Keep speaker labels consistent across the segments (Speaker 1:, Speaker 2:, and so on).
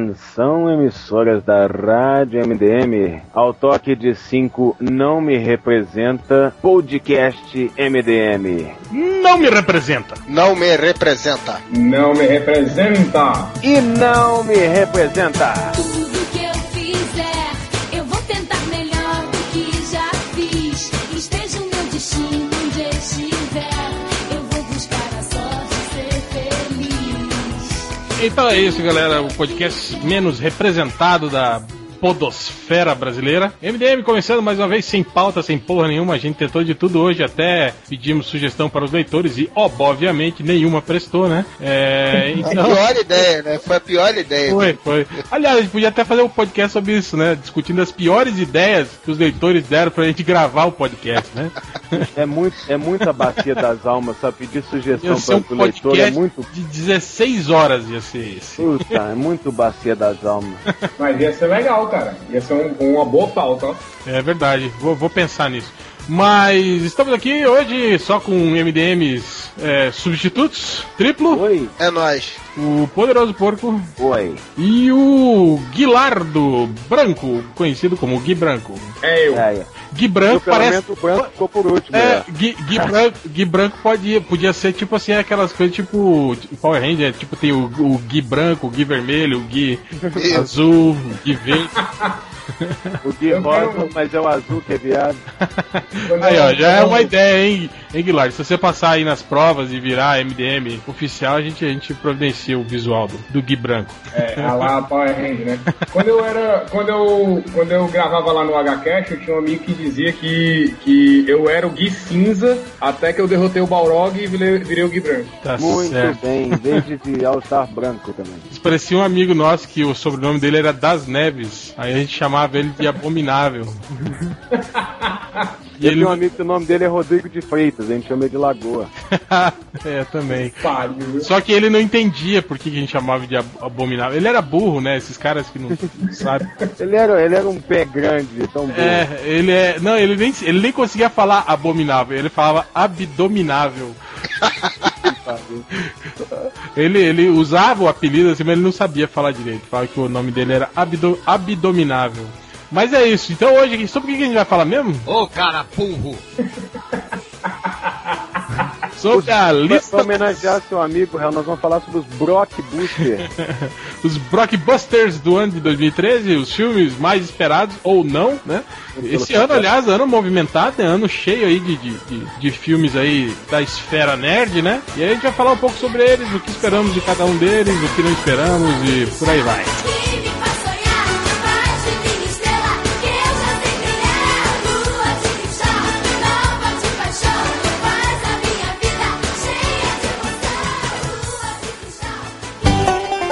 Speaker 1: Atenção, emissoras da Rádio MDM. Ao toque de 5 não me representa, podcast MDM.
Speaker 2: Não me representa.
Speaker 3: Não me representa.
Speaker 4: Não me representa.
Speaker 1: E não me representa.
Speaker 5: Tudo que eu fizer, eu vou tentar melhor do que já fiz. Esteja o meu destino onde estiver, eu vou buscar a sorte de ser feliz.
Speaker 2: Então é isso, galera. O podcast menos representado da podosfera brasileira. MDM começando mais uma vez sem pauta, sem porra nenhuma. A gente tentou de tudo hoje, até pedimos sugestão para os leitores e, ob- obviamente, nenhuma prestou, né? É,
Speaker 3: A
Speaker 2: então...
Speaker 3: pior ideia, né? Foi a pior ideia.
Speaker 2: Foi, foi. Aliás, a gente podia até fazer um podcast sobre isso, né? Discutindo as piores ideias que os leitores deram pra gente gravar o podcast, né?
Speaker 1: É muito, é muita bacia das almas, sabe? Pedir
Speaker 2: Ia
Speaker 1: sugestão
Speaker 2: ser um
Speaker 1: para o leitor é
Speaker 2: podcast
Speaker 1: muito.
Speaker 2: de 16 horas ia ser esse.
Speaker 1: Puta, é muito bacia das almas.
Speaker 4: Mas ia ser legal, cara. Ia ser um- uma boa pauta, ó.
Speaker 2: É verdade, vou, vou pensar nisso. Mas estamos aqui hoje só com MDMs é, substitutos, triplo,
Speaker 1: Oi,
Speaker 3: É nóis.
Speaker 2: o Poderoso Porco
Speaker 1: oi.
Speaker 2: e o Guilardo Branco, conhecido como Gui Branco.
Speaker 4: É eu.
Speaker 1: É,
Speaker 2: Gui
Speaker 1: eu,
Speaker 2: Branco
Speaker 1: pelo
Speaker 2: parece
Speaker 1: menos, o branco ficou por último.
Speaker 2: É,
Speaker 1: É.
Speaker 2: Gui, Gui Branco, Gui Branco pode, podia ser tipo assim, aquelas coisas tipo tipo Power Ranger, tipo tem o, o Gui Branco, o Gui Vermelho, o Gui
Speaker 3: Isso.
Speaker 2: Azul, o Gui Verde.
Speaker 1: O Gui
Speaker 4: Eu
Speaker 1: rosa,
Speaker 4: quero-
Speaker 1: mas é o azul que é viado.
Speaker 4: Quando
Speaker 2: Aí, ó,
Speaker 4: eu-
Speaker 2: já é
Speaker 4: quando-
Speaker 2: uma ideia, hein, hein Guilherme? Se você passar aí nas provas e virar MDM oficial, a gente, a gente providencia o visual do, do Gui Branco.
Speaker 4: É, a lá Power Hand, né? Quando eu era. Quando eu, quando eu gravava lá no HCast, eu tinha um amigo que dizia que, que eu era o Gui Cinza até que eu derrotei o Balrog e virei, virei o Gui Branco.
Speaker 2: Tá
Speaker 1: Muito
Speaker 2: certo.
Speaker 1: bem, desde de All-Star branco também.
Speaker 2: Parecia um amigo nosso que o sobrenome dele era Das Neves. Aí a gente chamava ele de Abominável. e
Speaker 1: Eu
Speaker 2: ele.
Speaker 1: tenho um amigo que o nome dele é Rodrigo de Freitas, a gente chama ele de Lagoa.
Speaker 2: é, também.
Speaker 4: Pariu, viu?
Speaker 2: Só que ele não entendia por que que a gente chamava de ab- abominável. Ele era burro, né? Esses caras que não, não sabem.
Speaker 1: Ele era, ele era um pé grande, tão bom.
Speaker 2: É, ele é. Não, ele nem, ele nem conseguia falar abominável, ele falava abdominável. ele, ele usava o apelido assim, mas ele não sabia falar direito. Falava que o nome dele era abdo, abdominável. Mas é isso, então hoje aqui, sobre o que que a gente vai falar mesmo?
Speaker 6: Ô cara burro!
Speaker 2: Sobre a
Speaker 1: Pra
Speaker 2: lista.
Speaker 1: homenagear seu amigo, Real, nós vamos falar sobre os Brock Booster.
Speaker 2: os blockbusters do ano de 2013, os filmes mais esperados ou não, né? Esse ano, aliás, ano movimentado, é ano cheio aí de, de, de, de filmes aí da esfera nerd, né? E aí a gente vai falar um pouco sobre eles, o que esperamos de cada um deles, o que não esperamos e por aí vai.
Speaker 5: Que me faz sonhar, faz de mim estrela, que eu já sei quem é. Lua de cristal, nova de paixão, faz a minha vida cheia de emoção. Lua de cristal.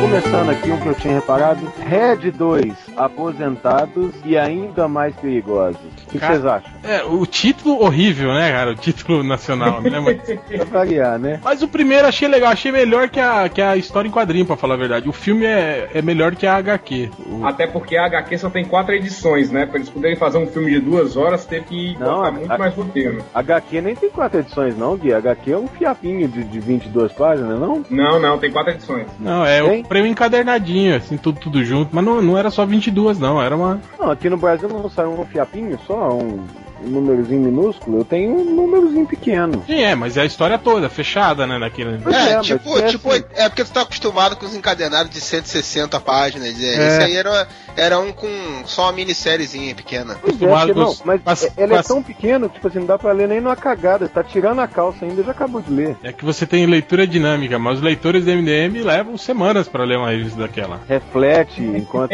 Speaker 1: Começando aqui um que eu tinha reparado: Red 2, aposentados e ainda mais perigosos. O que
Speaker 2: Cara-
Speaker 1: vocês acham?
Speaker 2: É, o título horrível, né, cara? O título nacional, né? Mas,
Speaker 1: Pra variar, né?
Speaker 2: mas o primeiro achei legal, achei melhor que a, que a história em quadrinho, pra falar a verdade. O filme é, é melhor que a HQ. O-
Speaker 4: Até porque a HQ só tem quatro edições, né? Pra eles poderem fazer um filme de duas horas, teve que
Speaker 1: Não,
Speaker 4: botar
Speaker 1: a-
Speaker 4: muito
Speaker 1: a-
Speaker 4: mais roteiro.
Speaker 1: HQ nem tem quatro edições, não, Gui. HQ é um fiapinho de, de 22 páginas, não?
Speaker 4: Não, não, tem quatro edições.
Speaker 2: Não, é, eu
Speaker 1: Tem?
Speaker 2: comprei um encadernadinho, assim, tudo, tudo junto. Mas não, não era só 22, não. Era uma.
Speaker 1: Não, aqui no Brasil não saiu um fiapinho só, um númerozinho minúsculo. Eu tenho um númerozinho pequeno.
Speaker 2: Sim, é, mas é a história toda, fechada, né, naquele.
Speaker 1: Pois é,
Speaker 3: É,
Speaker 1: mas
Speaker 3: tipo,
Speaker 1: é
Speaker 3: tipo,
Speaker 1: assim.
Speaker 3: é porque tu tá acostumado com os encadenados de 160 páginas. É, Esse aí era, era um com só uma minissériezinha pequena.
Speaker 1: Pois é,
Speaker 2: Acostumado
Speaker 1: Chico, não,
Speaker 2: com os-
Speaker 1: mas
Speaker 2: com as-
Speaker 1: é- ele
Speaker 2: com
Speaker 1: é
Speaker 2: as-
Speaker 1: tão pequeno que tipo assim, não dá pra ler nem numa cagada. Você tá tirando a calça ainda, eu já acabou de ler.
Speaker 2: É que você tem leitura dinâmica, mas os leitores do MDM levam semanas pra ler uma revista daquela.
Speaker 1: Reflete enquanto